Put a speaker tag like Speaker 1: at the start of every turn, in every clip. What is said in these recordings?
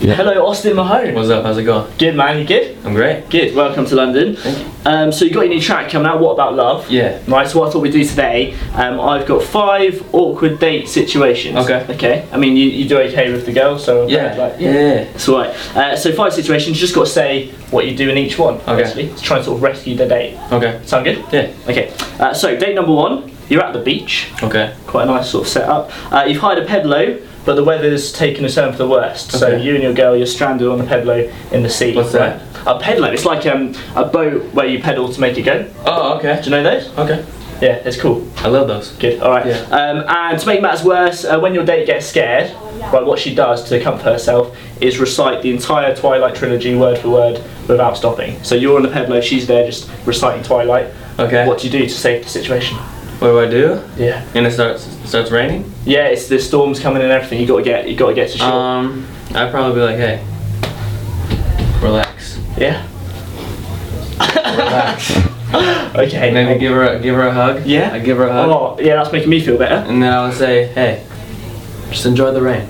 Speaker 1: Yeah.
Speaker 2: Hello, Austin Mahone.
Speaker 3: What's up? How's it going?
Speaker 2: Good man, you good?
Speaker 3: I'm great.
Speaker 2: Good. Welcome to London.
Speaker 3: Thank you.
Speaker 2: Um, so you got your new track coming out. What about love?
Speaker 3: Yeah.
Speaker 2: Right. So what I thought we'd do today, um, I've got five awkward date situations.
Speaker 3: Okay.
Speaker 2: Okay. I mean, you, you do okay with the girl, so
Speaker 3: Yeah.
Speaker 2: Like,
Speaker 3: yeah. yeah.
Speaker 2: It's all right. Uh, so five situations. You just got to say what you do in each one.
Speaker 3: Okay.
Speaker 2: Basically, to try and sort of rescue the date.
Speaker 3: Okay.
Speaker 2: Sound good?
Speaker 3: Yeah.
Speaker 2: Okay. Uh, so date number one, you're at the beach.
Speaker 3: Okay.
Speaker 2: quite a nice sort of setup. Uh, you've hired a pedlo, but the weather's taken a turn for the worst. So
Speaker 3: Okay.
Speaker 2: you and your girl, you're stranded on a pedlo in the sea.
Speaker 3: What's that?
Speaker 2: A pedlo. It's like um, a boat where you pedal to make it go. Do
Speaker 3: Oh, okay.
Speaker 2: you know those?
Speaker 3: Okay.
Speaker 2: Yeah, it's cool.
Speaker 3: I love those.
Speaker 2: Good. All right.
Speaker 3: Yeah.
Speaker 2: Um, and to make matters worse, uh, when your date gets scared, right, what she does to comfort herself is recite the entire Twilight trilogy word for word without stopping. So you're on the pedlo, she's there just reciting Twilight.
Speaker 3: Okay.
Speaker 2: What do you do to save the situation?
Speaker 3: What do I do?
Speaker 2: Yeah.
Speaker 3: And it starts starts raining.
Speaker 2: Yeah, it's the storms coming and everything. You gotta get, you gotta get to shore.
Speaker 3: Um, I'd probably be like, hey, relax,
Speaker 2: Yeah.
Speaker 3: relax.
Speaker 2: Okay.
Speaker 3: And maybe give her a, give her a hug.
Speaker 2: Yeah.
Speaker 3: I give her a hug.
Speaker 2: Oh, yeah, that's making me feel better.
Speaker 3: And then I would say, hey, just enjoy the rain.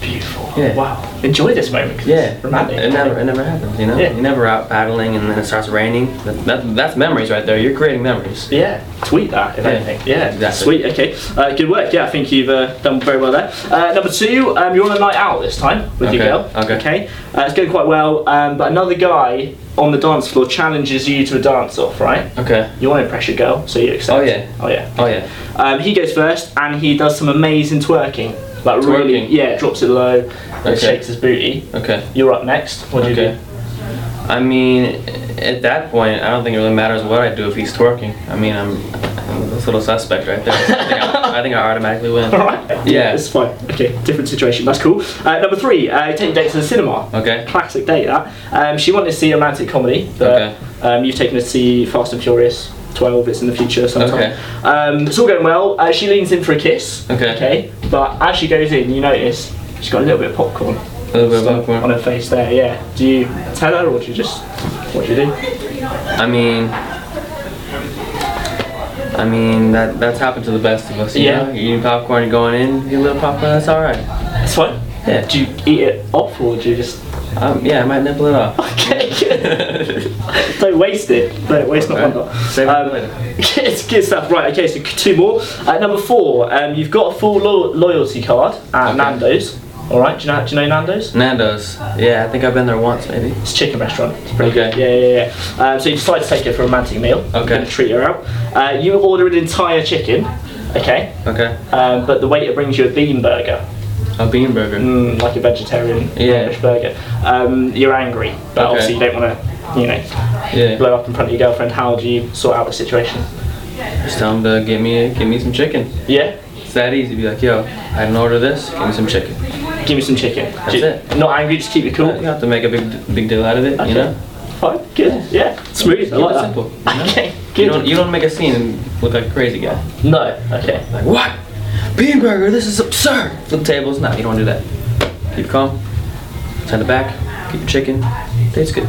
Speaker 2: Beautiful.
Speaker 3: Yeah.
Speaker 2: Wow. Enjoy this moment. 'cause
Speaker 3: Yeah.
Speaker 2: It's romantic.
Speaker 3: It never it never happens, you know.
Speaker 2: Yeah.
Speaker 3: You're never out paddling and then it starts raining. That, that that's memories right there. You're creating memories.
Speaker 2: Yeah. Tweet that if
Speaker 3: Yeah,
Speaker 2: anything. Yeah.
Speaker 3: exactly.
Speaker 2: Sweet. Okay. Uh, good work. Yeah, I think you've uh, done very well there. Uh, number two, um, you're on a night out this time with your
Speaker 3: Okay,
Speaker 2: girl.
Speaker 3: okay.
Speaker 2: Okay. Uh, it's going quite well, um, but another guy on the dance floor challenges you to a dance off, right?
Speaker 3: Okay.
Speaker 2: You want to impress your girl, so you accept.
Speaker 3: Oh, yeah.
Speaker 2: Oh yeah.
Speaker 3: Oh yeah.
Speaker 2: Um, he goes first, and he does some amazing twerking. Like really,
Speaker 3: Twerking?
Speaker 2: yeah, drops it low,
Speaker 3: Okay.
Speaker 2: and shakes his booty.
Speaker 3: Okay.
Speaker 2: You're up next. What do you
Speaker 3: Okay.
Speaker 2: do?
Speaker 3: I mean, at that point, I don't think it really matters what I do if he's twerking. I mean, I'm, I'm this little suspect right there. I think I, I, think I automatically win.
Speaker 2: All right.
Speaker 3: Yeah.
Speaker 2: It's fine. Okay. Different situation. That's cool. Uh, number three. Uh, take date to the cinema.
Speaker 3: Okay.
Speaker 2: Classic date that. Um, she wanted to see a romantic comedy. But,
Speaker 3: Okay.
Speaker 2: Um, you've taken her to see Fast and Furious. 12 it's in the future sometime
Speaker 3: Okay.
Speaker 2: um, it's all going well uh, she leans in for a kiss
Speaker 3: Okay.
Speaker 2: okay but as she goes in you notice she's got a little bit of popcorn
Speaker 3: A little bit of
Speaker 2: on
Speaker 3: popcorn.
Speaker 2: her face there yeah do you tell her or do you just what do you do
Speaker 3: I mean, I mean that that's happened to the best of us. You
Speaker 2: Yeah.
Speaker 3: Know? You eat popcorn, you're going in, you a little popcorn. That's all right.
Speaker 2: it's fine
Speaker 3: Yeah.
Speaker 2: do you eat it off or do you just
Speaker 3: Um, yeah, I might nipple it off.
Speaker 2: okay Don't waste it. Don't waste not
Speaker 3: Right.
Speaker 2: one.
Speaker 3: Save it for later.
Speaker 2: Good, good stuff. Right, okay, so two more. Uh, number four, um, you've got a full lo- loyalty card at
Speaker 3: Okay.
Speaker 2: Nando's. All right, do you know do you know Nando's?
Speaker 3: Nando's. Yeah, I think I've been there once maybe.
Speaker 2: It's a chicken restaurant. It's pretty
Speaker 3: Okay.
Speaker 2: good. Yeah, yeah, yeah. Um, so you decide to take her for a romantic meal. You're
Speaker 3: Okay.
Speaker 2: gonna treat her out. Uh, you order an entire chicken. Okay.
Speaker 3: Okay.
Speaker 2: Um, but the waiter brings you a bean burger,
Speaker 3: A bean burger.
Speaker 2: mm, like a vegetarian
Speaker 3: Yeah.
Speaker 2: English burger. Um, you're angry, but
Speaker 3: Okay.
Speaker 2: obviously you don't want to, you know,
Speaker 3: Yeah.
Speaker 2: blow up in front of your girlfriend, how do you sort out the situation?
Speaker 3: Just tell him to get me get me some chicken.
Speaker 2: Yeah?
Speaker 3: It's that easy. Be like, yo, I didn't order this. Give me some chicken.
Speaker 2: Give me some chicken. That's
Speaker 3: it.
Speaker 2: Not angry, just keep it cool.
Speaker 3: You don't have to make a big big deal out of it.
Speaker 2: Okay.
Speaker 3: You know.
Speaker 2: Fine, good, yeah. Smooth, I
Speaker 3: Keep it
Speaker 2: like that.
Speaker 3: simple, you know?
Speaker 2: Okay,
Speaker 3: You don't
Speaker 2: good.
Speaker 3: you don't make a scene and look like a crazy guy.
Speaker 2: No, okay.
Speaker 3: Like what? Bean burger. This is absurd. Flip tables. Nah, you don't do that. Keep calm. Turn it back. Keep your chicken. Tastes good.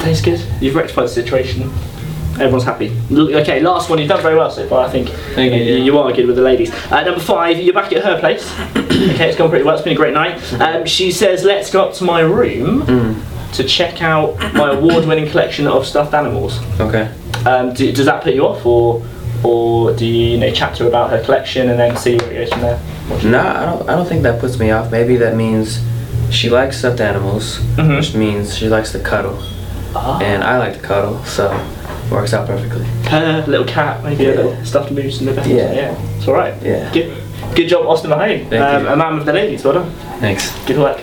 Speaker 2: Tastes good. You've rectified the situation. Everyone's happy. L- Okay, last one. You've done very well so far, I think.
Speaker 3: Thank you, yeah.
Speaker 2: You are good with the ladies. Uh, number five, you're back at her place. okay, it's gone pretty well. It's been a great night.
Speaker 3: Mm-hmm.
Speaker 2: Um, she says, let's go up to my room
Speaker 3: Mm.
Speaker 2: to check out my award-winning collection of stuffed animals.
Speaker 3: Okay.
Speaker 2: Um, do, does that put you off, or or do you, you know chat to her about her collection and then see where it goes from there?
Speaker 3: No, I don't. I don't think that puts me off. Maybe that means she likes stuffed animals,
Speaker 2: Mhm.
Speaker 3: which means she likes to cuddle, and I like to cuddle, so works out perfectly.
Speaker 2: Her little cat, maybe a
Speaker 3: Yeah.
Speaker 2: little stuffed moose in the bed.
Speaker 3: Yeah.
Speaker 2: yeah, it's all right.
Speaker 3: Yeah.
Speaker 2: Good, good job, Austin Mahone.
Speaker 3: Thank
Speaker 2: Um,
Speaker 3: you.
Speaker 2: a man with the ladies. Well done.
Speaker 3: Thanks.
Speaker 2: Good work.